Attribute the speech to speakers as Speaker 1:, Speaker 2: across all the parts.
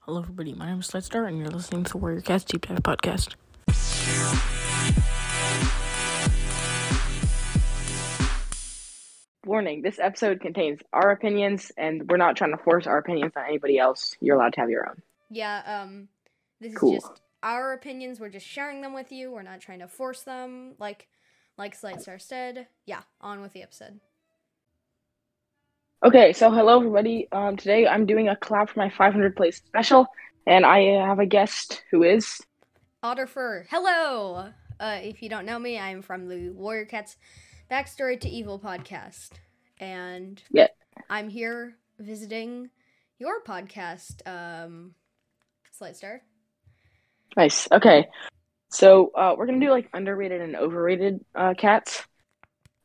Speaker 1: Hello, everybody. My name is Sled Star, and you're listening to Warrior Cats Deep Dive Podcast.
Speaker 2: Warning, this episode contains our opinions, and we're not trying to force our opinions on anybody else. You're allowed to have your own.
Speaker 3: Yeah, um this
Speaker 2: Cool.
Speaker 3: is just our opinions. We're just sharing them with you. We're not trying to force them like like Slightstar said. Yeah, on with the episode.
Speaker 2: Okay, so hello, everybody. Um, today I'm doing a collab for my 500 play special, and I have a guest who is.
Speaker 3: Otterfur, hello. Uh if you don't know me, I'm from the Warrior Cats Backstory to Evil podcast. And
Speaker 2: Yeah.
Speaker 3: I'm here visiting your podcast, um Slightstar.
Speaker 2: Nice. Okay. So uh, we're going to do like underrated and overrated uh, cats.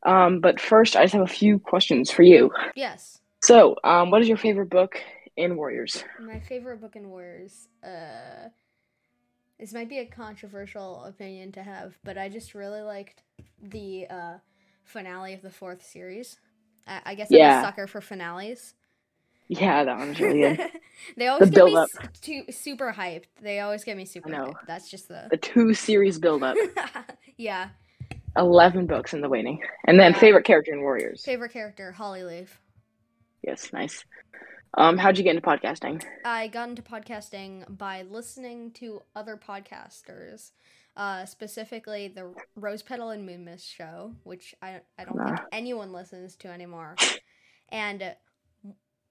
Speaker 2: Um, but first, I just have a few questions for you.
Speaker 3: Yes.
Speaker 2: So, um, what is your favorite book in Warriors?
Speaker 3: My favorite book in Warriors. Uh, this might be a controversial opinion to have, but I just really liked the uh, finale of the fourth series. I, I guess I'm
Speaker 2: Yeah.
Speaker 3: a sucker for finales.
Speaker 2: Yeah, that one's really good.
Speaker 3: they always
Speaker 2: The
Speaker 3: get me
Speaker 2: build-up.
Speaker 3: s- too, super hyped. They always get me super
Speaker 2: know.
Speaker 3: hyped. That's just the.
Speaker 2: The two series buildup,
Speaker 3: yeah.
Speaker 2: 11 books in the waiting. And then,
Speaker 3: Yeah.
Speaker 2: favorite character in Warriors.
Speaker 3: Favorite character, Holly Leaf.
Speaker 2: Yes, nice. Um, how'd you get into podcasting?
Speaker 3: I got into podcasting by listening to other podcasters, uh, specifically the Rose Petal and Moon Mist show, which I, I don't think anyone listens to anymore. And uh,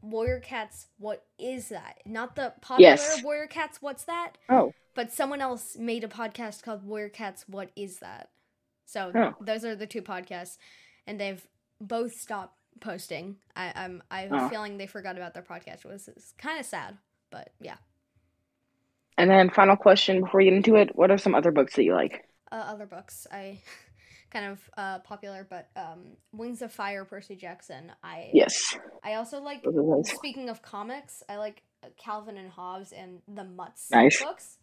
Speaker 3: Warrior Cats, what is that? Not the popular
Speaker 2: Yes.
Speaker 3: Warrior Cats, what's that?
Speaker 2: Oh,
Speaker 3: But someone else made a podcast called Warrior Cats, what is that? So
Speaker 2: Oh.
Speaker 3: those are the two podcasts, and they've both stopped posting. I, I'm I have
Speaker 2: Oh.
Speaker 3: a feeling they forgot about their podcast, which is kind of sad. But yeah.
Speaker 2: and then final question before we get into it: What are some other books that you like?
Speaker 3: uh, other books I kind of uh, popular, but um, Wings of Fire, Percy Jackson. I
Speaker 2: Yes,
Speaker 3: I also like.
Speaker 2: those are nice.
Speaker 3: Speaking of comics, I like uh, Calvin and Hobbes and the Mutz
Speaker 2: Nice.
Speaker 3: books.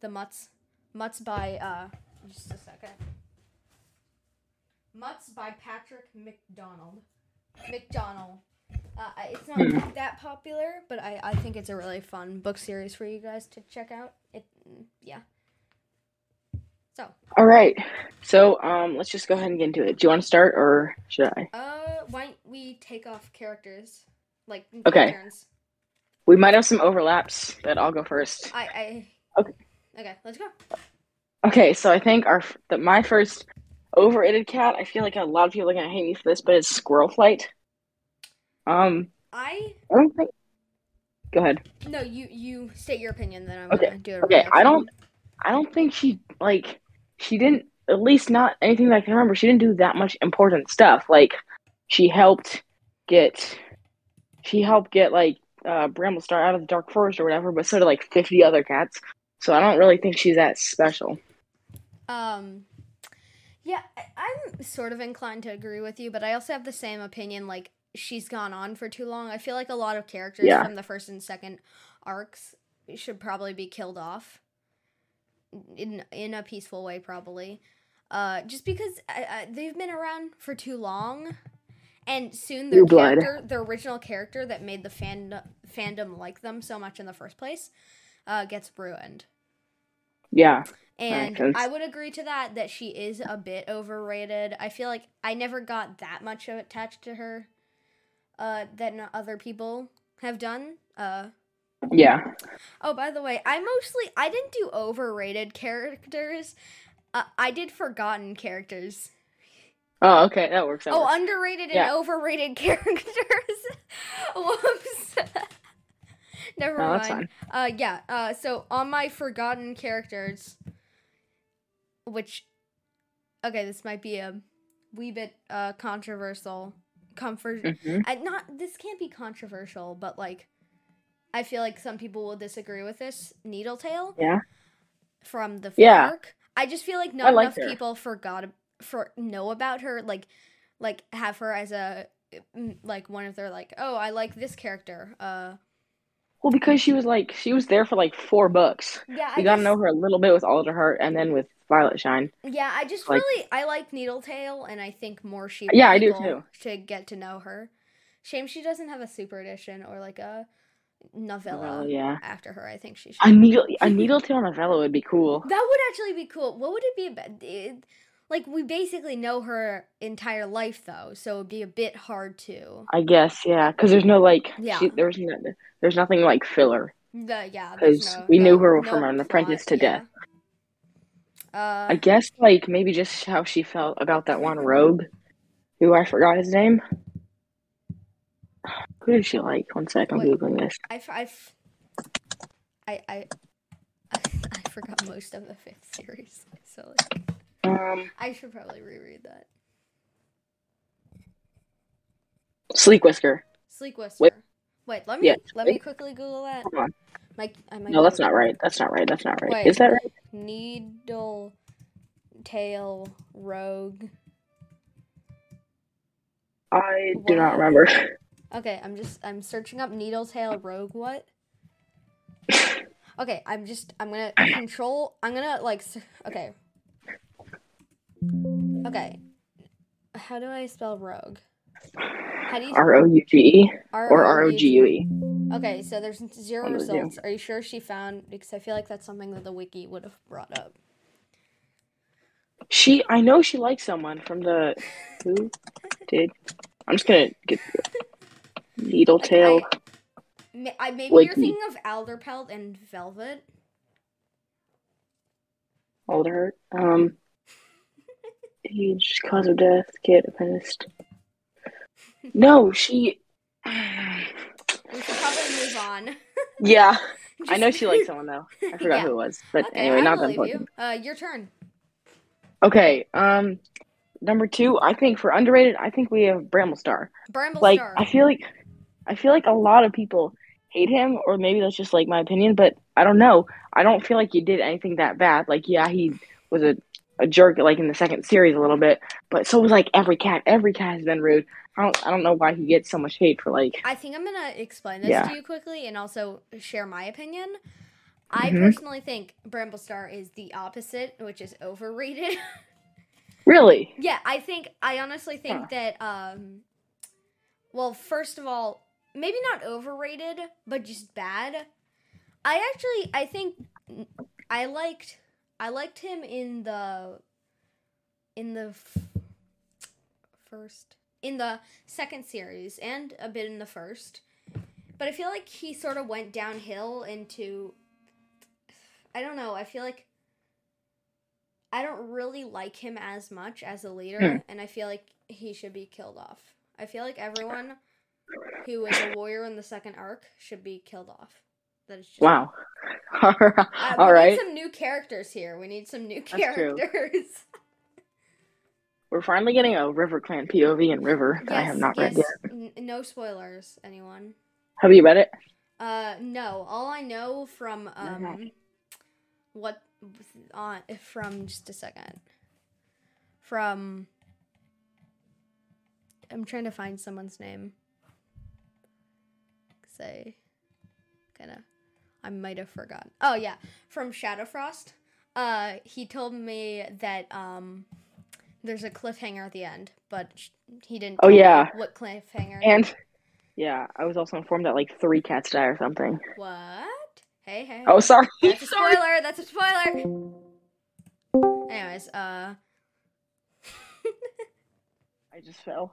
Speaker 3: The Mutz, Mutz by uh, just a second. Mutz by Patrick McDonald. McDonald. Uh, I- it's not
Speaker 2: Hmm.
Speaker 3: that popular, but I, I think it's a really fun book series for you guys to check out. It yeah. So
Speaker 2: All right, so um, let's just go ahead and get into it. Do you want to start, or should I?
Speaker 3: Uh, why don't we take off characters? Like take
Speaker 2: Okay.
Speaker 3: turns.
Speaker 2: We might have some overlaps, but I'll go first.
Speaker 3: I I
Speaker 2: Okay.
Speaker 3: Okay, let's go.
Speaker 2: Okay, so I think our f- that my first overrated cat. I feel like a lot of people are gonna hate me for this, but it's Squirrel Flight. Um,
Speaker 3: I
Speaker 2: I don't think. Go ahead.
Speaker 3: no, you you state your opinion, then I'm
Speaker 2: Okay,
Speaker 3: gonna do it.
Speaker 2: okay, I don't- I don't think she like she didn't at least not anything that I can remember. She didn't do that much important stuff. Like she helped get she helped get like uh Bramble Star out of the Dark Forest or whatever, but so did like fifty other cats. So I don't really think she's that special.
Speaker 3: Um, yeah, I- I'm sort of inclined to agree with you, but I also have the same opinion. Like she's gone on for too long. I feel like a lot of characters
Speaker 2: Yeah.
Speaker 3: from the first and second arcs should probably be killed off in in a peaceful way, probably. Uh, just because I, I, they've been around for too long, and soon their
Speaker 2: New blood.
Speaker 3: character, their original character that made the fandom fandom like them so much in the first place, uh, gets ruined.
Speaker 2: Yeah.
Speaker 3: And
Speaker 2: sense.
Speaker 3: I would agree to that that she is a bit overrated. I feel like I never got that much attached to her uh that n- other people have done. Uh
Speaker 2: Yeah.
Speaker 3: oh, by the way, I mostly I didn't do overrated characters. Uh, I did forgotten characters.
Speaker 2: Oh, okay, that works out.
Speaker 3: Oh, underrated
Speaker 2: Yeah.
Speaker 3: and overrated characters. Whoops. Never
Speaker 2: no,
Speaker 3: mind.
Speaker 2: that's fine.
Speaker 3: Uh, yeah. Uh, so on my forgotten characters, which, okay, this might be a wee bit uh controversial. Comfort.
Speaker 2: Mhm.
Speaker 3: I, not this can't be controversial, but like, I feel like some people will disagree with this. Needletail.
Speaker 2: Yeah.
Speaker 3: From the
Speaker 2: Yeah.
Speaker 3: fork. I just feel like not
Speaker 2: like
Speaker 3: enough
Speaker 2: her.
Speaker 3: people forgot ab- for know about her. Like, like have her as a mm, like one of their like oh I like this character. Uh.
Speaker 2: Well, because she was like she was there for like four books.
Speaker 3: Yeah.
Speaker 2: We
Speaker 3: I
Speaker 2: got to
Speaker 3: just-
Speaker 2: know her a little bit with Alder Heart and then with Violet Shine.
Speaker 3: Yeah, I just
Speaker 2: Like-
Speaker 3: really I like Needletail, and I think more she
Speaker 2: Yeah, I do
Speaker 3: people
Speaker 2: too.
Speaker 3: should get to know her. Shame she doesn't have a super edition or like a novella
Speaker 2: Well, yeah.
Speaker 3: after her. I think she should.
Speaker 2: A needle a needle tail novella would be cool.
Speaker 3: That would actually be cool. What would it be about? It, like we basically know her entire life though, so it'd be a bit hard to.
Speaker 2: I guess, yeah, because there's no like,
Speaker 3: Yeah.
Speaker 2: she, there's no, there's nothing like filler.
Speaker 3: The, yeah, there's
Speaker 2: 'Cause
Speaker 3: no-
Speaker 2: we knew
Speaker 3: no-
Speaker 2: her
Speaker 3: no
Speaker 2: from An
Speaker 3: plot,
Speaker 2: Apprentice to
Speaker 3: yeah.
Speaker 2: Death.
Speaker 3: Uh,
Speaker 2: I guess like maybe just how she felt about that one rogue, who I forgot his name. Who did she like? One sec, I'm
Speaker 3: Wait.
Speaker 2: googling this.
Speaker 3: I, f- I, f- I, I, I forgot most of the fifth series, so like,
Speaker 2: Um,
Speaker 3: I should probably reread that.
Speaker 2: Sleek Whisker.
Speaker 3: Sleek Whisper.
Speaker 2: Wait.
Speaker 3: Wait, let me
Speaker 2: Yes,
Speaker 3: let me quickly Google that.
Speaker 2: Hold on.
Speaker 3: Mike, I might
Speaker 2: No,
Speaker 3: be-
Speaker 2: that's not right. That's not right. That's not right.
Speaker 3: Wait.
Speaker 2: Is that right?
Speaker 3: Needle Tail Rogue.
Speaker 2: I do not
Speaker 3: Wow.
Speaker 2: remember.
Speaker 3: Okay, I'm just I'm searching up Needle Tail Rogue what? Okay, I'm just I'm gonna control I'm gonna like s- okay. Okay. How do I spell rogue? How do you
Speaker 2: R O U G E or R O G
Speaker 3: R-O-U-G?
Speaker 2: U E.
Speaker 3: Okay, so there's zero
Speaker 2: One of the
Speaker 3: results. Are you sure she found? Because I feel like that's something that the wiki would have brought up.
Speaker 2: She, I know she likes someone from the who did. I'm just gonna get needle tail.
Speaker 3: Ma- I, maybe
Speaker 2: Wiki.
Speaker 3: you're thinking of Alderpelt and Velvet.
Speaker 2: Alder. Um, age, cause of death, kid, apprentice. No, she.
Speaker 3: We should probably move on.
Speaker 2: Yeah, I
Speaker 3: Just-
Speaker 2: know she likes someone though. I forgot
Speaker 3: Yeah.
Speaker 2: who it was, but
Speaker 3: Okay,
Speaker 2: anyway,
Speaker 3: I
Speaker 2: not that
Speaker 3: believe
Speaker 2: important.
Speaker 3: You. Uh, your turn.
Speaker 2: Okay. Um, number two, I think for underrated, I think we have Bramble Star.
Speaker 3: Bramble
Speaker 2: like
Speaker 3: Star.
Speaker 2: I feel like I feel like a lot of people hate him, or maybe that's just like my opinion, but I don't know. I don't feel like he did anything that bad. Like yeah, he was a, a jerk like in the second series a little bit, but so was like every cat. Every cat has been rude. I don't I don't know why he gets so much hate for like
Speaker 3: I think I'm gonna explain this
Speaker 2: Yeah.
Speaker 3: to you quickly and also share my opinion. I
Speaker 2: Mhm.
Speaker 3: personally think Bramble Star is the opposite, which is overrated.
Speaker 2: really.
Speaker 3: Yeah, I think I honestly think
Speaker 2: Huh.
Speaker 3: that um well, first of all, maybe not overrated, but just bad. I actually I think I liked I liked him in the in the f- first in the second series and a bit in the first. But I feel like he sort of went downhill into I don't know, I feel like I don't really like him as much as a leader,
Speaker 2: Hmm.
Speaker 3: and I feel like he should be killed off. I feel like everyone who is a warrior in the second arc should be killed off. That is just
Speaker 2: Wow. All
Speaker 3: Uh,
Speaker 2: right.
Speaker 3: we
Speaker 2: All right.
Speaker 3: need some new characters here. We need some new
Speaker 2: That's true.
Speaker 3: characters.
Speaker 2: We're finally getting a River Clan POV in River that I have not read yet.
Speaker 3: N- no spoilers, anyone.
Speaker 2: Have you read it?
Speaker 3: Uh, no. All I know from um,
Speaker 2: no.
Speaker 3: what on from just a second. From I'm trying to find someone's name. Say, kind of, I might have forgotten. Oh yeah, from Shadowfrost. Uh, he told me that um, there's a cliffhanger at the end, but sh- he didn't.
Speaker 2: Oh,
Speaker 3: tell me
Speaker 2: yeah.
Speaker 3: what cliffhanger?
Speaker 2: And yeah, I was also informed that like three cats die or something.
Speaker 3: what? Hey hey.
Speaker 2: Oh, sorry.
Speaker 3: That's a
Speaker 2: sorry.
Speaker 3: spoiler. That's a spoiler. Anyways, uh.
Speaker 2: I just fell.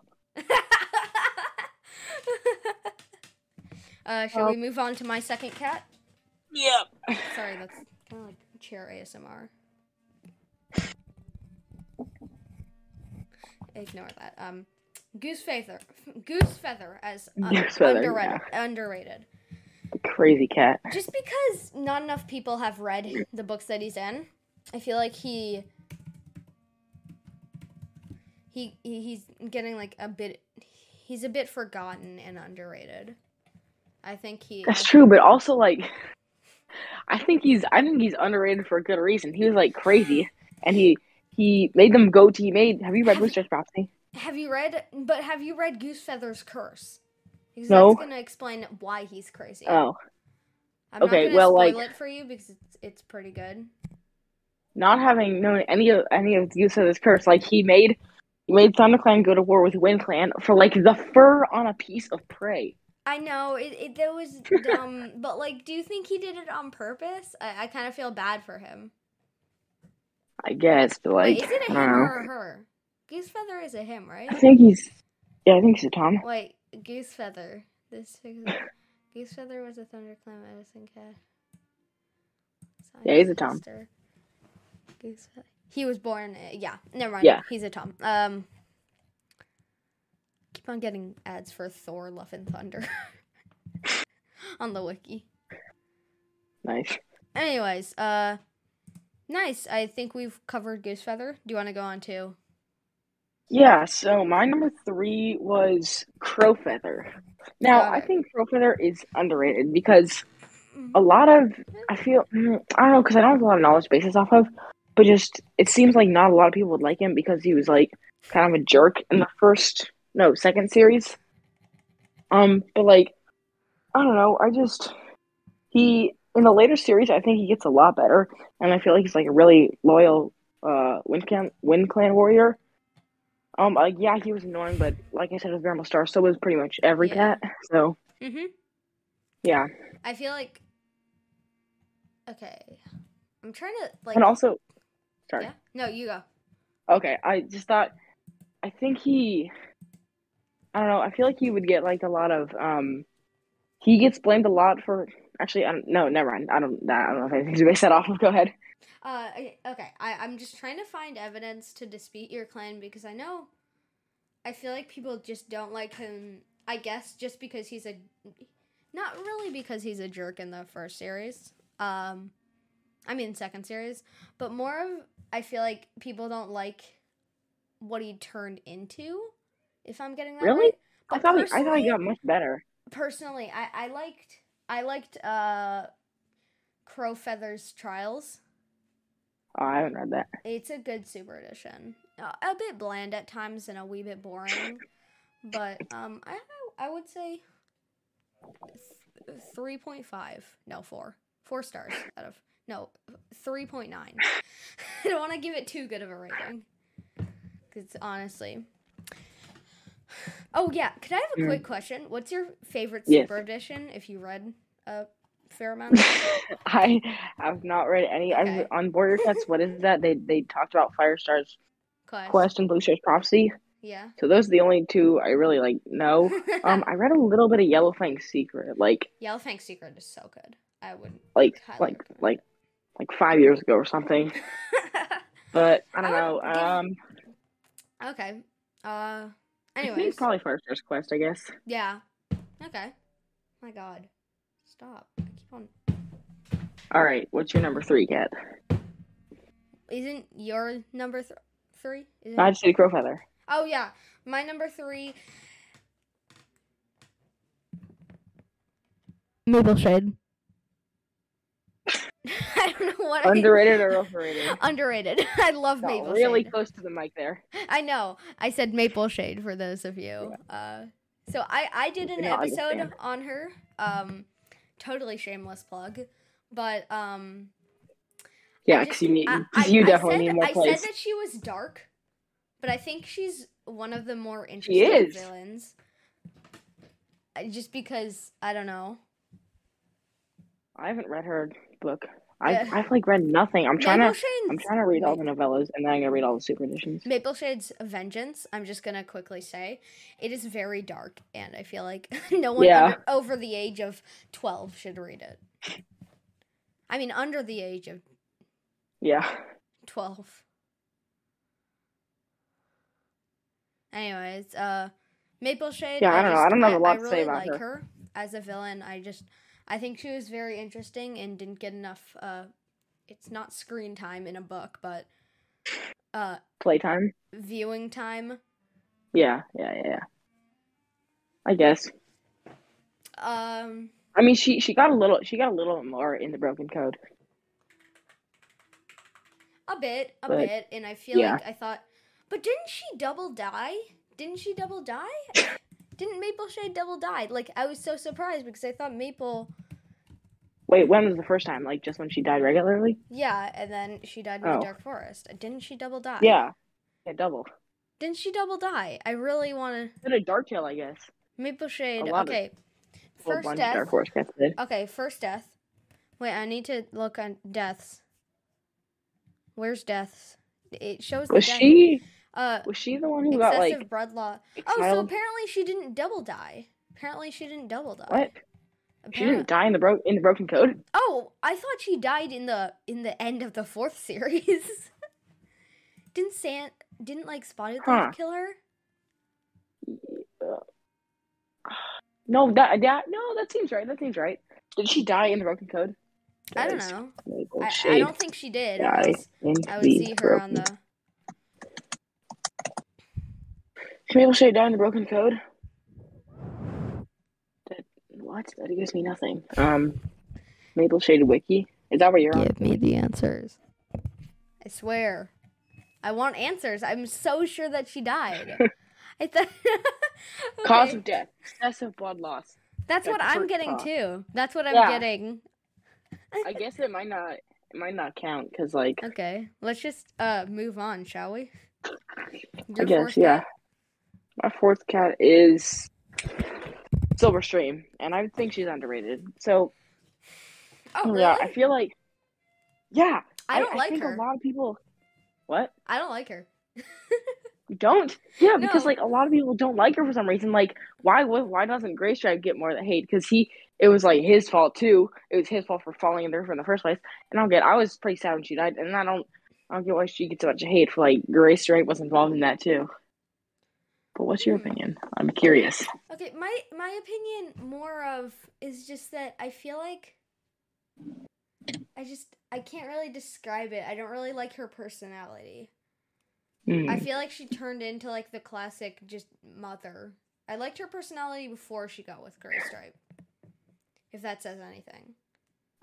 Speaker 3: uh,
Speaker 2: Oh.
Speaker 3: shall we move on to my second cat?
Speaker 2: Yeah.
Speaker 3: Sorry, that's kind of like chair ASMR. Ignore that. Um, goose feather, goose feather as un-
Speaker 2: Goose feather,
Speaker 3: underrated. Underrated.
Speaker 2: Crazy cat.
Speaker 3: just because not enough people have read the books that he's in, I feel like he he he- he's getting like a bit he's a bit forgotten and underrated. I think he
Speaker 2: That's true, but also like I think he's I think he's underrated for a good reason. He was like crazy and he he made them go to he made have you read Rooster's Prophecy?
Speaker 3: Have you read but have you read Goose Feather's Curse? Because
Speaker 2: No.
Speaker 3: that's gonna explain why he's crazy.
Speaker 2: Oh.
Speaker 3: I'm
Speaker 2: okay,
Speaker 3: not gonna
Speaker 2: well,
Speaker 3: spoil
Speaker 2: like-
Speaker 3: it for you because it's, it's pretty good.
Speaker 2: Not having known any of any of the use of this curse, like he made he made Thunder Clan go to war with Wind Clan for like the fur on a piece of prey.
Speaker 3: I know it, it that was dumb, but like, do you think he did it on purpose? I, I kind of feel bad for him.
Speaker 2: I guess, but like,
Speaker 3: Wait, is it a
Speaker 2: I
Speaker 3: him
Speaker 2: don't know.
Speaker 3: or a her? Goose feather is a him, right?
Speaker 2: I think he's. Yeah, I think he's a Tom.
Speaker 3: Wait, goose feather. This figures out- goose feather was a thunderclam Edison cat. Signed
Speaker 2: Yeah, he's a Tom.
Speaker 3: Foster. Goose feather. He was born. uh, Yeah, never mind.
Speaker 2: Yeah.
Speaker 3: he's a Tom. Um, keep on getting ads for Thor: Love and Thunder on the wiki.
Speaker 2: Nice.
Speaker 3: Anyways, uh, nice. I think we've covered goose feather. Do you want to go on to?
Speaker 2: Yeah, so my number three was Crow Feather. Now,
Speaker 3: Got
Speaker 2: I
Speaker 3: it.
Speaker 2: think Crow Feather is underrated because a lot of, I feel, mm, I don't know, because I don't have a lot of knowledge basis off of, but just, it seems like not a lot of people would like him because he was like kind of a jerk in the first, no, second series. Um, but like, I don't know, I just, he, in the later series, I think he gets a lot better, and I feel like he's like a really loyal uh, Wind Clan, Wind Clan warrior. Um, like yeah, he was annoying, but like I said, with Venerable Star, so was pretty much every
Speaker 3: Yeah.
Speaker 2: cat. So
Speaker 3: Mm-hmm.
Speaker 2: yeah,
Speaker 3: I feel like okay. I'm trying to like
Speaker 2: and also, sorry.
Speaker 3: yeah. No, you go.
Speaker 2: Okay, I just thought, I think he, I don't know. I feel like he would get like a lot of um, he gets blamed a lot for actually. I don't, no, never mind. I don't. I don't know if anything to base that off of. Go ahead.
Speaker 3: Uh, okay- okay. I I'm just trying to find evidence to dispute your claim because I know I feel like people just don't like him. I guess just because he's a not really because he's a jerk in the first series. Um, I mean second series, but more of I feel like people don't like what he turned into. If I'm getting that
Speaker 2: Really?
Speaker 3: right.
Speaker 2: I
Speaker 3: But
Speaker 2: thought he, I thought
Speaker 3: personally-
Speaker 2: he got much better.
Speaker 3: personally I, I liked I liked uh Crow Feathers Trials.
Speaker 2: Oh, I haven't read that.
Speaker 3: It's a good super edition. Uh, a bit bland at times and a wee bit boring, but um I I would say th- 3.5, no 4. 4 stars out of no 3.9. I don't want to give it too good of a rating. Cuz honestly Oh yeah, could I have a
Speaker 2: Mm.
Speaker 3: quick question? What's your favorite
Speaker 2: Yes.
Speaker 3: super edition if you read a fair amount?
Speaker 2: I have not read any.
Speaker 3: Okay.
Speaker 2: I've on Border Cuts. What is that? They they talked about Firestar's
Speaker 3: Quest.
Speaker 2: Quest and Blue Star's Prophecy.
Speaker 3: Yeah.
Speaker 2: So those are the only two I really like know. Um, I read a little bit of Yellow Fang's Secret, like
Speaker 3: Yellow Fang Secret is so good. I would
Speaker 2: like
Speaker 3: highly
Speaker 2: like
Speaker 3: recommend
Speaker 2: like like five years ago or something. But I don't
Speaker 3: I
Speaker 2: know.
Speaker 3: would give-
Speaker 2: Um,
Speaker 3: okay. Uh.
Speaker 2: I
Speaker 3: Anyways.
Speaker 2: think probably Firestar's Quest, I guess.
Speaker 3: Yeah. Okay. My God. Stop. I keep on.
Speaker 2: All right, what's your number three, Kat?
Speaker 3: Isn't your number th- three? Isn't
Speaker 2: Not City Crowfeather.
Speaker 3: Oh yeah, my number three. Maple Shade. I don't know what I-
Speaker 2: Underrated or overrated?
Speaker 3: Underrated. I love
Speaker 2: Got
Speaker 3: Maple
Speaker 2: really
Speaker 3: Shade.
Speaker 2: close to the mic there.
Speaker 3: I know. I said maple shade for those of you. Uh, so I I did an
Speaker 2: No, I
Speaker 3: episode
Speaker 2: understand.
Speaker 3: on her. Um, totally shameless plug, but um,
Speaker 2: Yeah,
Speaker 3: just-
Speaker 2: because you need,
Speaker 3: I-
Speaker 2: 'cause
Speaker 3: I-
Speaker 2: you
Speaker 3: I
Speaker 2: definitely
Speaker 3: said-
Speaker 2: need more
Speaker 3: I
Speaker 2: plays.
Speaker 3: said that she was dark, but I think she's one of the more interesting
Speaker 2: is.
Speaker 3: villains. I- Just because I don't know.
Speaker 2: I haven't read her book. I
Speaker 3: Yeah.
Speaker 2: I've like read nothing. I'm trying
Speaker 3: Maple
Speaker 2: to
Speaker 3: Shade's
Speaker 2: I'm trying to read all the novellas and then I'm gonna read all the super editions.
Speaker 3: Maple Shade's Vengeance, I'm just gonna quickly say, it is very dark, and I feel like no one
Speaker 2: Yeah.
Speaker 3: under, over the age of 12 should read it. I mean, under the age of
Speaker 2: Yeah.
Speaker 3: 12. Anyways, uh, Maple Shade.
Speaker 2: Yeah, I don't know.
Speaker 3: just-
Speaker 2: I don't have a lot
Speaker 3: I
Speaker 2: to say
Speaker 3: really
Speaker 2: about
Speaker 3: like
Speaker 2: her.
Speaker 3: as a villain. I just, I think she was very interesting and didn't get enough. Uh, it's not screen time in a book, but uh,
Speaker 2: Playtime.
Speaker 3: viewing time.
Speaker 2: Yeah, yeah, yeah, yeah. I guess.
Speaker 3: Um,
Speaker 2: I mean, she she got a little she got a little more in the Broken Code.
Speaker 3: a bit, a
Speaker 2: But,
Speaker 3: bit, and I feel
Speaker 2: yeah.
Speaker 3: like I thought, but didn't she double die? Didn't she double die? didn't Maple Shade double die? Like I was so surprised because I thought Maple,
Speaker 2: Wait, when was the first time? Like just when she died regularly?
Speaker 3: yeah, and then she died in the
Speaker 2: Oh.
Speaker 3: Dark Forest. Didn't she double die?
Speaker 2: Yeah, yeah, double.
Speaker 3: Didn't she double die? I really want to
Speaker 2: Then a dark tail, I guess.
Speaker 3: Maple Shade.
Speaker 2: lot of-
Speaker 3: Okay,
Speaker 2: Well,
Speaker 3: First
Speaker 2: one
Speaker 3: death.
Speaker 2: Dark Horse cast did.
Speaker 3: Okay, first death. Wait, I need to look on deaths. Where's deaths? It shows. the
Speaker 2: Was
Speaker 3: death-
Speaker 2: she
Speaker 3: Uh,
Speaker 2: was she the one who
Speaker 3: excessive
Speaker 2: got like
Speaker 3: blood loss.
Speaker 2: a
Speaker 3: Oh, so
Speaker 2: child?
Speaker 3: apparently she didn't double die. Apparently she didn't double die.
Speaker 2: what? She
Speaker 3: Apparently.
Speaker 2: didn't die in the bro in the broken code.
Speaker 3: Oh, I thought she died in the in the end of the fourth series. didn't San didn't like Spotted
Speaker 2: Huh.
Speaker 3: Leaf kill her?
Speaker 2: No, that that no, that seems right. That seems right. Did she die in the broken code?
Speaker 3: I don't
Speaker 2: Does
Speaker 3: know.
Speaker 2: Mabel
Speaker 3: I, I
Speaker 2: Shade
Speaker 3: don't think she did. or
Speaker 2: die
Speaker 3: else
Speaker 2: in
Speaker 3: I would
Speaker 2: the
Speaker 3: see her on
Speaker 2: broken-
Speaker 3: the.
Speaker 2: Can Mabel Shade die in the broken code? That, what? That gives me nothing. Um, Mabel Shade wiki. Is that where you're on?
Speaker 3: me the answers. I swear. I want answers. I'm so sure that she died. I thought.
Speaker 2: Cause
Speaker 3: Okay,
Speaker 2: of death: excessive blood loss.
Speaker 3: That's what
Speaker 2: death,
Speaker 3: I'm
Speaker 2: first
Speaker 3: getting
Speaker 2: cause.
Speaker 3: too. That's what I'm
Speaker 2: Yeah.
Speaker 3: getting.
Speaker 2: I guess it might not it might not count because like
Speaker 3: Okay, let's just uh move on, shall we?
Speaker 2: I
Speaker 3: Your
Speaker 2: guess
Speaker 3: fourth
Speaker 2: yeah.
Speaker 3: cat?
Speaker 2: My fourth cat is Silver Stream, and I think she's underrated. So
Speaker 3: Oh really?
Speaker 2: yeah, I feel like yeah,
Speaker 3: I don't
Speaker 2: I,
Speaker 3: like
Speaker 2: think
Speaker 3: her.
Speaker 2: a lot of people. What
Speaker 3: I don't like her.
Speaker 2: you don't? Yeah, because
Speaker 3: No.
Speaker 2: like a lot of people don't like her for some reason. Like why would why doesn't Grace Drive get more of the hate? Because he it was like his fault too. It was his fault for falling in the roof in the first place. And I don't get. I was pretty sad when she died, and I don't I don't get why she gets a bunch of hate for like Grace Drive was involved in that too. But what's your
Speaker 3: Hmm.
Speaker 2: opinion? I'm curious.
Speaker 3: Okay, my my opinion more of is just that I feel like I just I can't really describe it. I don't really like her personality.
Speaker 2: Hmm.
Speaker 3: I feel like she turned into like the classic just mother. I liked her personality before she got with Gray Stripe. If that says anything.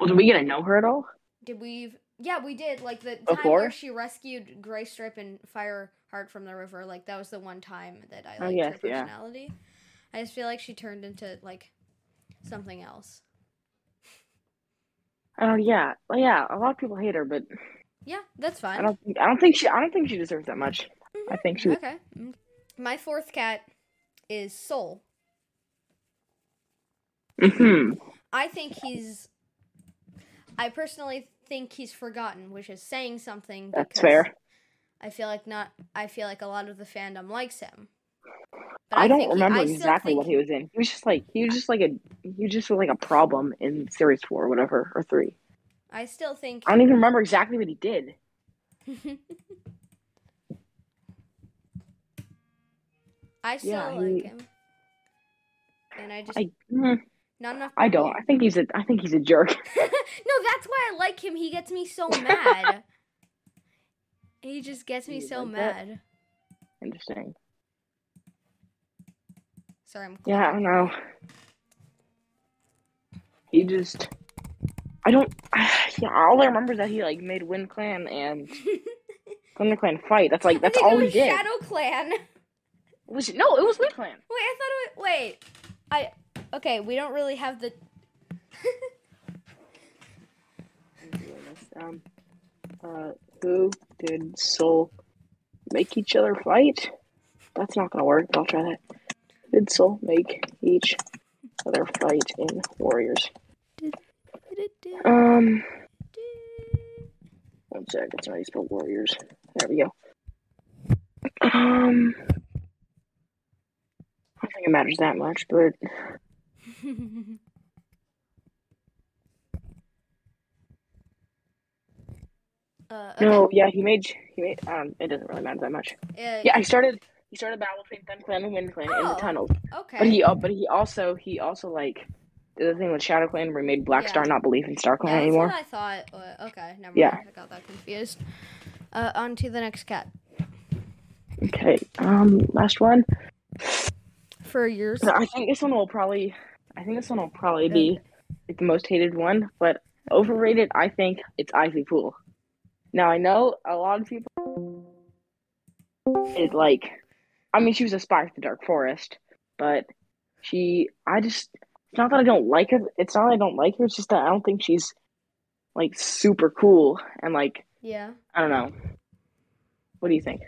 Speaker 2: Well, did we get to know her at all?
Speaker 3: Did we? ev- Yeah, we did. Like the time
Speaker 2: Before?
Speaker 3: where she rescued Gray Strip and Fireheart from the river. Like that was the one time that I
Speaker 2: Oh,
Speaker 3: liked
Speaker 2: yes,
Speaker 3: her
Speaker 2: yeah.
Speaker 3: personality. I just feel like she turned into like something else.
Speaker 2: Oh yeah, well, yeah. A lot of people hate her, but
Speaker 3: Yeah, that's fine.
Speaker 2: I don't. Think, I don't think she. I don't think she deserves that much.
Speaker 3: Mm-hmm.
Speaker 2: I think she.
Speaker 3: Okay. Mm. My fourth cat is Soul.
Speaker 2: hmm
Speaker 3: I think he's. I personally think he's forgotten, which is saying something.
Speaker 2: That's
Speaker 3: because
Speaker 2: fair.
Speaker 3: I feel like not. I feel like a lot of the fandom likes him. But
Speaker 2: I, don't
Speaker 3: think he-
Speaker 2: remember
Speaker 3: I still
Speaker 2: exactly
Speaker 3: think
Speaker 2: what he was in. He was just like he was just like a he was just like a problem in series four, or whatever, or three.
Speaker 3: I still think
Speaker 2: I don't even remember exactly what he did.
Speaker 3: I still
Speaker 2: Yeah,
Speaker 3: like
Speaker 2: he-
Speaker 3: him. And I just
Speaker 2: I mm,
Speaker 3: not enough.
Speaker 2: I don't.
Speaker 3: people-
Speaker 2: I think he's a. I think he's a jerk.
Speaker 3: no, that's why I like him. He gets me so mad. he just gets me
Speaker 2: You
Speaker 3: so
Speaker 2: like that?
Speaker 3: mad.
Speaker 2: Interesting.
Speaker 3: Sorry, I'm.
Speaker 2: Yeah, I don't know. He just. I don't. yeah, all I remember is that he like made Wind Clan and Thunder Clan fight. That's like
Speaker 3: I
Speaker 2: that's
Speaker 3: think
Speaker 2: all
Speaker 3: it
Speaker 2: he
Speaker 3: was
Speaker 2: did.
Speaker 3: Shadow Clan. Wait,
Speaker 2: Was it- no, it was Wind Clan.
Speaker 3: I thought it. Was, wait, I. Okay, we don't really have the.
Speaker 2: Um, uh, who did Soul make each other fight? That's not gonna work. but I'll try that. Did Soul make each other fight in Warriors? Um, one sec. It's not how you spell Warriors. There we go. Um, I don't think it matters that much, but
Speaker 3: uh, okay.
Speaker 2: no, yeah, he made he made. Um, it doesn't really matter that much.
Speaker 3: Uh,
Speaker 2: Yeah, he started. He started a battle between Thun Clan and Wind Clan in the
Speaker 3: Oh.
Speaker 2: tunnels.
Speaker 3: Okay.
Speaker 2: But he, uh, but he also, he also like did the thing with Shadow Clan where he made Black
Speaker 3: Yeah.
Speaker 2: Star not believe in Star Clan
Speaker 3: Yeah,
Speaker 2: anymore.
Speaker 3: That's what I thought. Uh, okay, never
Speaker 2: Yeah.
Speaker 3: mind. I got that confused. Uh, on to the next cat.
Speaker 2: Okay, um, last one.
Speaker 3: For yours.
Speaker 2: So I think this one will probably, I think this one will probably be like, the most hated one, but overrated. I think it's Ivy Pool. Now I know a lot of people is like, I mean, she was a spy for the Dark Forest, but she, I just, it's not that I don't like her. It's not that I don't like her. It's just that I don't think she's like super cool and like
Speaker 3: Yeah.
Speaker 2: I don't know. What do you think?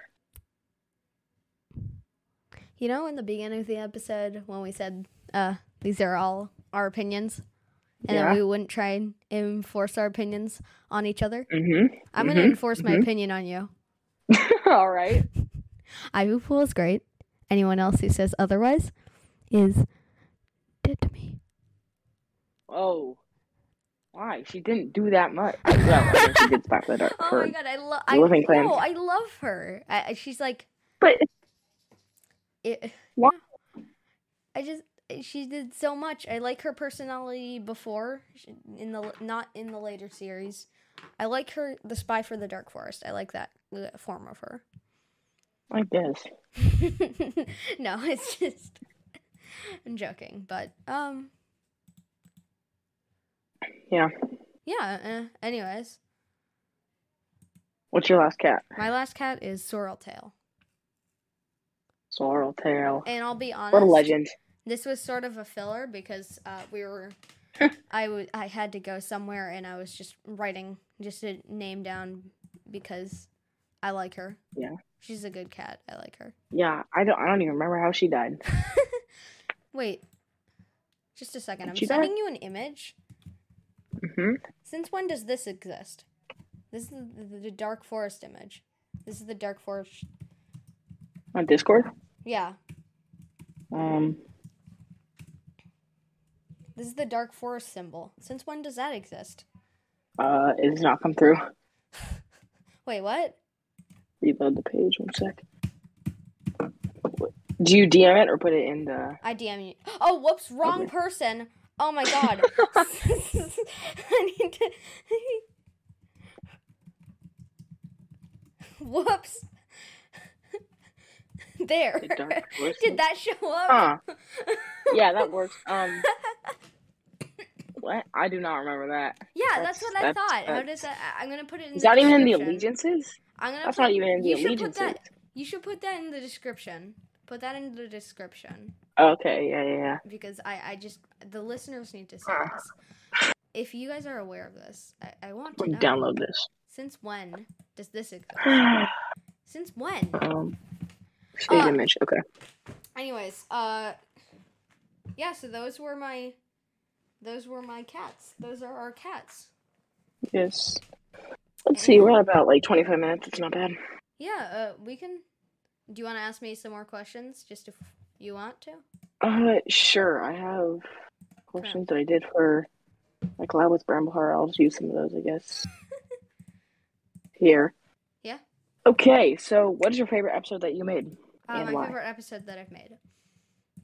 Speaker 3: You know, in the beginning of the episode when we said uh, these are all our opinions and that
Speaker 2: yeah.
Speaker 3: we wouldn't try and enforce our opinions on each other.
Speaker 2: Mm-hmm.
Speaker 3: I'm going to
Speaker 2: Mhm,
Speaker 3: enforce my
Speaker 2: mhm.
Speaker 3: opinion on you.
Speaker 2: All right.
Speaker 3: Ivy Pool is great. Anyone else who says otherwise is dead to me.
Speaker 2: Oh. Why? She didn't do that much. Well, I guess she did spark the dark
Speaker 3: Oh
Speaker 2: for
Speaker 3: my god, I love. I
Speaker 2: the Living Planet.
Speaker 3: know, I love her. I, I- she's like,
Speaker 2: But
Speaker 3: it,
Speaker 2: Why?
Speaker 3: I just she did so much. I like her personality before sh- in the not in the later series. I like her, the spy for the Dark Forest. I like that uh, form of her.
Speaker 2: I guess.
Speaker 3: no, it's just I'm joking, but um,
Speaker 2: Yeah.
Speaker 3: yeah. Uh, anyways,
Speaker 2: What's your last cat?
Speaker 3: my last cat is Sorrel Tail,
Speaker 2: Sorrel Tail.
Speaker 3: and I'll be honest.
Speaker 2: What a legend.
Speaker 3: This was sort of a filler because uh, we were, I wa- I had to go somewhere and I was just writing just a name down because I like her.
Speaker 2: Yeah.
Speaker 3: she's a good cat. I like her.
Speaker 2: Yeah, I don't I don't even remember how she died.
Speaker 3: Wait, just a second. I'm
Speaker 2: She
Speaker 3: sending you an image.
Speaker 2: Mm-hmm.
Speaker 3: Since when does this exist? This is the, the, the dark forest image. This is the dark forest.
Speaker 2: On Discord?
Speaker 3: Yeah,
Speaker 2: Um
Speaker 3: this is the dark forest symbol. Since when does that exist?
Speaker 2: uh it does not come through.
Speaker 3: Wait, what?
Speaker 2: Reload the page one sec. Do you DM it or put it in the
Speaker 3: I DM you. Oh, whoops, wrong
Speaker 2: Okay.
Speaker 3: person. Oh my god. I need to. whoops. there.
Speaker 2: the dark forest?
Speaker 3: Did that show up?
Speaker 2: Huh. Yeah, that works. Um What? I do not remember that.
Speaker 3: yeah, that's,
Speaker 2: that's-
Speaker 3: what I
Speaker 2: that's-
Speaker 3: thought. How
Speaker 2: that's-
Speaker 3: does that? I- I'm gonna put it in.
Speaker 2: Is
Speaker 3: the
Speaker 2: that even in the
Speaker 3: description.
Speaker 2: allegiances?
Speaker 3: I'm gonna.
Speaker 2: That's
Speaker 3: put,
Speaker 2: not even in the
Speaker 3: you should put
Speaker 2: allegiances.
Speaker 3: that. You should put that in the description. Put that in the description.
Speaker 2: Okay, yeah, yeah, yeah.
Speaker 3: because I, I just the listeners need to see
Speaker 2: Ah.
Speaker 3: this. If you guys are aware of this, I, I want to know.
Speaker 2: Download this.
Speaker 3: Since when does this exist?
Speaker 2: um,
Speaker 3: Since when?
Speaker 2: save
Speaker 3: Uh,
Speaker 2: image. Okay.
Speaker 3: Anyways, uh, yeah. So those were my, those were my cats. Those are our cats.
Speaker 2: Yes. Let's see. We're at about like 25 minutes. It's not bad.
Speaker 3: Yeah. Uh, we can. Do you want to ask me some more questions? Just if you want to. Um,
Speaker 2: Uh, sure. I have questions that I did for my collab with Brambleheart. I'll just use some of those, I guess. Here.
Speaker 3: Yeah.
Speaker 2: Okay. So, what is your favorite episode that you made?
Speaker 3: Uh,
Speaker 2: And
Speaker 3: my
Speaker 2: why?
Speaker 3: favorite episode that I've made.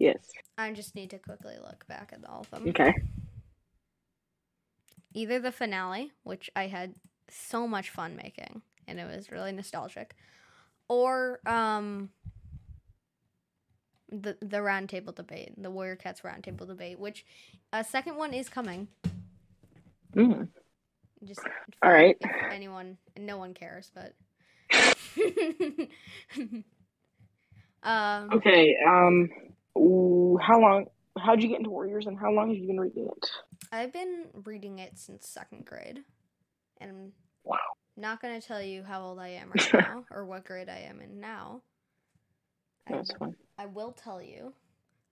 Speaker 2: Yes.
Speaker 3: I just need to quickly look back at all of them.
Speaker 2: Okay.
Speaker 3: either the finale, which I had so much fun making and it was really nostalgic, or um the the roundtable debate, the Warrior Cats roundtable debate, which a second one is coming.
Speaker 2: Mm.
Speaker 3: Just
Speaker 2: All right.
Speaker 3: if anyone, no one cares, but um,
Speaker 2: Okay. Um, ooh, how long? How'd you get into Warriors, and how long have you been reading it?
Speaker 3: I've been reading it since second grade, and I'm
Speaker 2: Wow.
Speaker 3: not gonna tell you how old I am right now or what grade I am in now. I,
Speaker 2: That's fun.
Speaker 3: I will tell you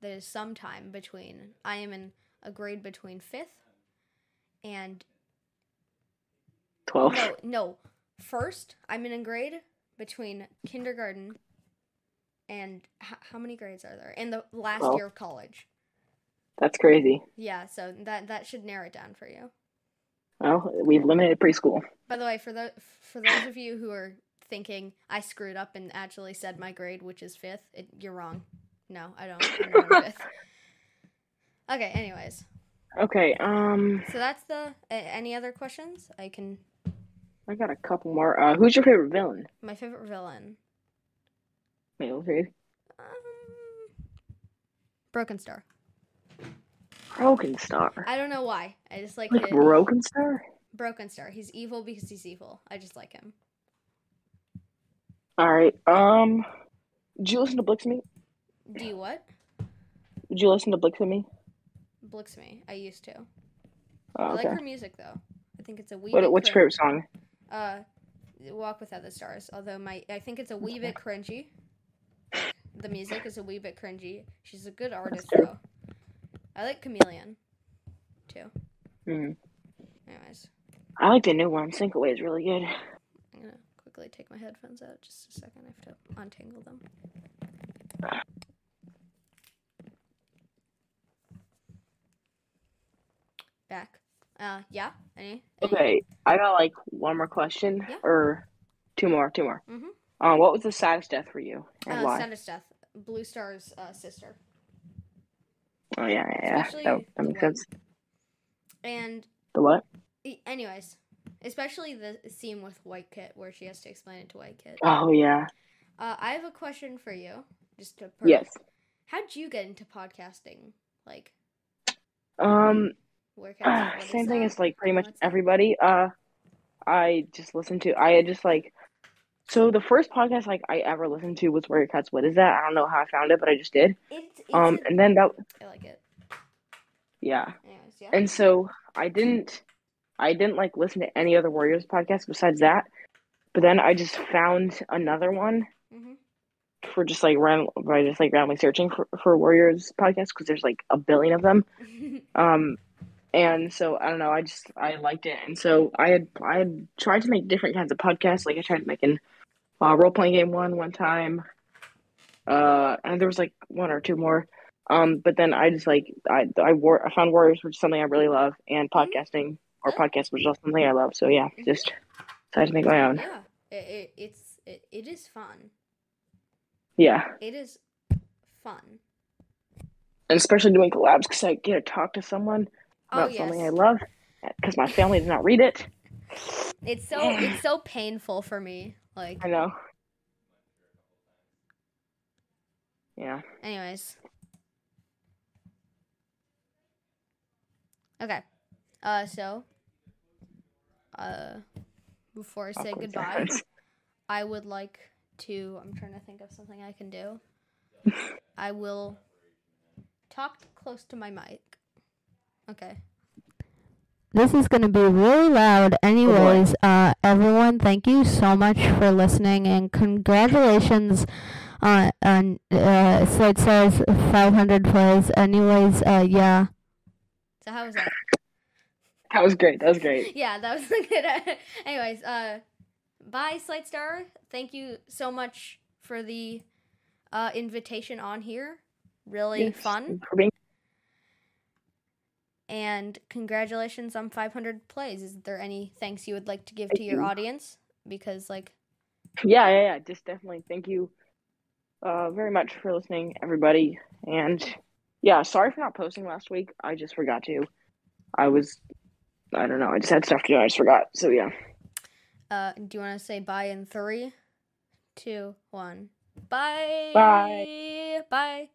Speaker 3: there's some time between I am in a grade between fifth and
Speaker 2: 12.
Speaker 3: no no first I'm in a grade between kindergarten and h- how many grades are there in the last
Speaker 2: Well.
Speaker 3: year of college.
Speaker 2: That's crazy.
Speaker 3: Yeah, so that that should narrow it down for you.
Speaker 2: Well, we've limited preschool.
Speaker 3: By the way, for those for those of you who are thinking I screwed up and actually said my grade, which is fifth, it, you're wrong. No, I don't. I'm not in fifth. Okay. Anyways,
Speaker 2: Okay. Um,
Speaker 3: so that's the. a- any other questions? I can.
Speaker 2: I got a couple more. Uh, who's your favorite villain?
Speaker 3: My favorite villain.
Speaker 2: Male grade.
Speaker 3: Um, Broken Star.
Speaker 2: Broken Star.
Speaker 3: I don't know why. I just like
Speaker 2: Like
Speaker 3: it.
Speaker 2: Broken Star?
Speaker 3: Broken Star. He's evil because he's evil. I just like him.
Speaker 2: Alright. Um Did you listen to Blix Me?
Speaker 3: Do you what?
Speaker 2: Did you listen to Blix Me?
Speaker 3: Blix me. I used to.
Speaker 2: Oh,
Speaker 3: I
Speaker 2: okay.
Speaker 3: like her music though. I think it's a wee.
Speaker 2: What
Speaker 3: bit
Speaker 2: what's your
Speaker 3: cringe.
Speaker 2: favorite song?
Speaker 3: uh walk without the stars although my i think it's a wee bit cringy the music is a wee bit cringy she's a good artist
Speaker 2: fair.
Speaker 3: though i like chameleon too.
Speaker 2: Mm.
Speaker 3: Anyways,
Speaker 2: I like the new one. Sync Away is really good.
Speaker 3: I'm gonna quickly take my headphones out just a second. I have to untangle them. Back. Uh, yeah. Any? any-
Speaker 2: Okay, I got like one more question
Speaker 3: Yeah.
Speaker 2: or two more, two more.
Speaker 3: Mhm.
Speaker 2: Um, what was the saddest death for you and
Speaker 3: Uh,
Speaker 2: why?
Speaker 3: Sandra's death. Blue Star's uh, sister.
Speaker 2: oh yeah, yeah, yeah. That,
Speaker 3: Especially
Speaker 2: that
Speaker 3: the
Speaker 2: makes
Speaker 3: one-
Speaker 2: sense.
Speaker 3: And
Speaker 2: The what?
Speaker 3: e- anyways, especially the scene with White Kit where she has to explain it to White Kit.
Speaker 2: Oh yeah.
Speaker 3: Uh, I have a question for you. Just to probe.
Speaker 2: Yes.
Speaker 3: How'd you get into podcasting? Like,
Speaker 2: Um,
Speaker 3: where can I what is
Speaker 2: same thing
Speaker 3: that?
Speaker 2: as like pretty much
Speaker 3: What's that?
Speaker 2: everybody. Uh, I just listened to. I had just like. So the first podcast like I ever listened to was Where Your Cats What Is That? I don't know how I found it, but I just did.
Speaker 3: It's, it's
Speaker 2: Um,
Speaker 3: a-
Speaker 2: and then that
Speaker 3: I like it.
Speaker 2: yeah.
Speaker 3: Anyways, yeah.
Speaker 2: And so I didn't I didn't like listen to any other Warriors podcast besides that. But then I just found another one
Speaker 3: hmm
Speaker 2: for just like ran by just like randomly searching for, for Warriors podcast because there's like a billion of them.
Speaker 3: Mm-hmm.
Speaker 2: Um and so I don't know, I just I liked it. And so I had I had tried to make different kinds of podcasts. Like I tried making uh role playing game one one time. Uh and there was like one or two more. Um but then I just like I I war I found Warriors which is something I really love
Speaker 3: Mm-hmm.
Speaker 2: and podcasting or podcast which is also something I love. So yeah, just decided to make my own.
Speaker 3: yeah. It, it, it's it, it is fun.
Speaker 2: Yeah.
Speaker 3: It is fun.
Speaker 2: And especially doing collabs because I get to talk to someone
Speaker 3: Oh
Speaker 2: about
Speaker 3: yes.
Speaker 2: something I love because my family does not read it.
Speaker 3: It's so it's so painful for me. Like
Speaker 2: I know. Yeah.
Speaker 3: anyways. Okay. Uh so uh before I say
Speaker 2: awkward
Speaker 3: goodbye,
Speaker 2: silence.
Speaker 3: I would like to I'm trying to think of something I can do. I will talk close to my mic. Okay. This is going to be really loud. Anyways, uh, everyone, thank you so much for listening and congratulations on, on uh, so it says 500 plays. Anyways, uh, yeah. So how was that?
Speaker 2: That was great. That was great.
Speaker 3: yeah, that was a good. Anyways, uh, bye, Slight Star. Thank you so much for the uh, invitation on here. Really
Speaker 2: Yes.
Speaker 3: fun.
Speaker 2: For being-
Speaker 3: And congratulations on 500 plays. Is there any thanks you would like to give to
Speaker 2: Thank
Speaker 3: your
Speaker 2: you.
Speaker 3: audience? Because, like,
Speaker 2: Yeah, yeah, yeah. Just definitely thank you uh, very much for listening, everybody. And yeah, sorry for not posting last week. I just forgot to. I was, I don't know. I just had stuff to do. I just forgot. So yeah.
Speaker 3: uh, do you want to say bye in three, two, one? Bye. Bye.